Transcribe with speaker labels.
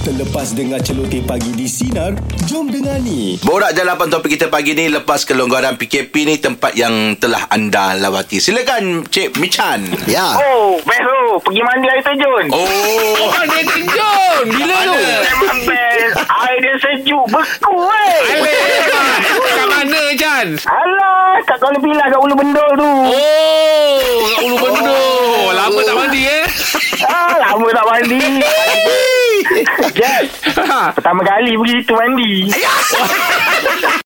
Speaker 1: Terlepas dengar celoteh pagi di Sinar, jom dengar ni.
Speaker 2: Borak jalapan topik kita pagi ni lepas kelonggaran PKP ni tempat yang telah anda lawati. Silakan Cik Michan.
Speaker 3: Ya.
Speaker 4: Oh, best tu. Pergi mandi air terjun. Oh.
Speaker 2: Oh,
Speaker 5: Orang dia terjun Bila tu
Speaker 4: Memang best. Air dia sejuk. Beku, eh.
Speaker 5: Kat mana Chan
Speaker 4: Alah, kat Kuala Pilah, lah kat Ulu Bendol tu.
Speaker 5: Oh Kat Ulu Bendul Lama tak mandi eh
Speaker 4: Ah, lama tak mandi. Jep, pertama kali pergi situ mandi.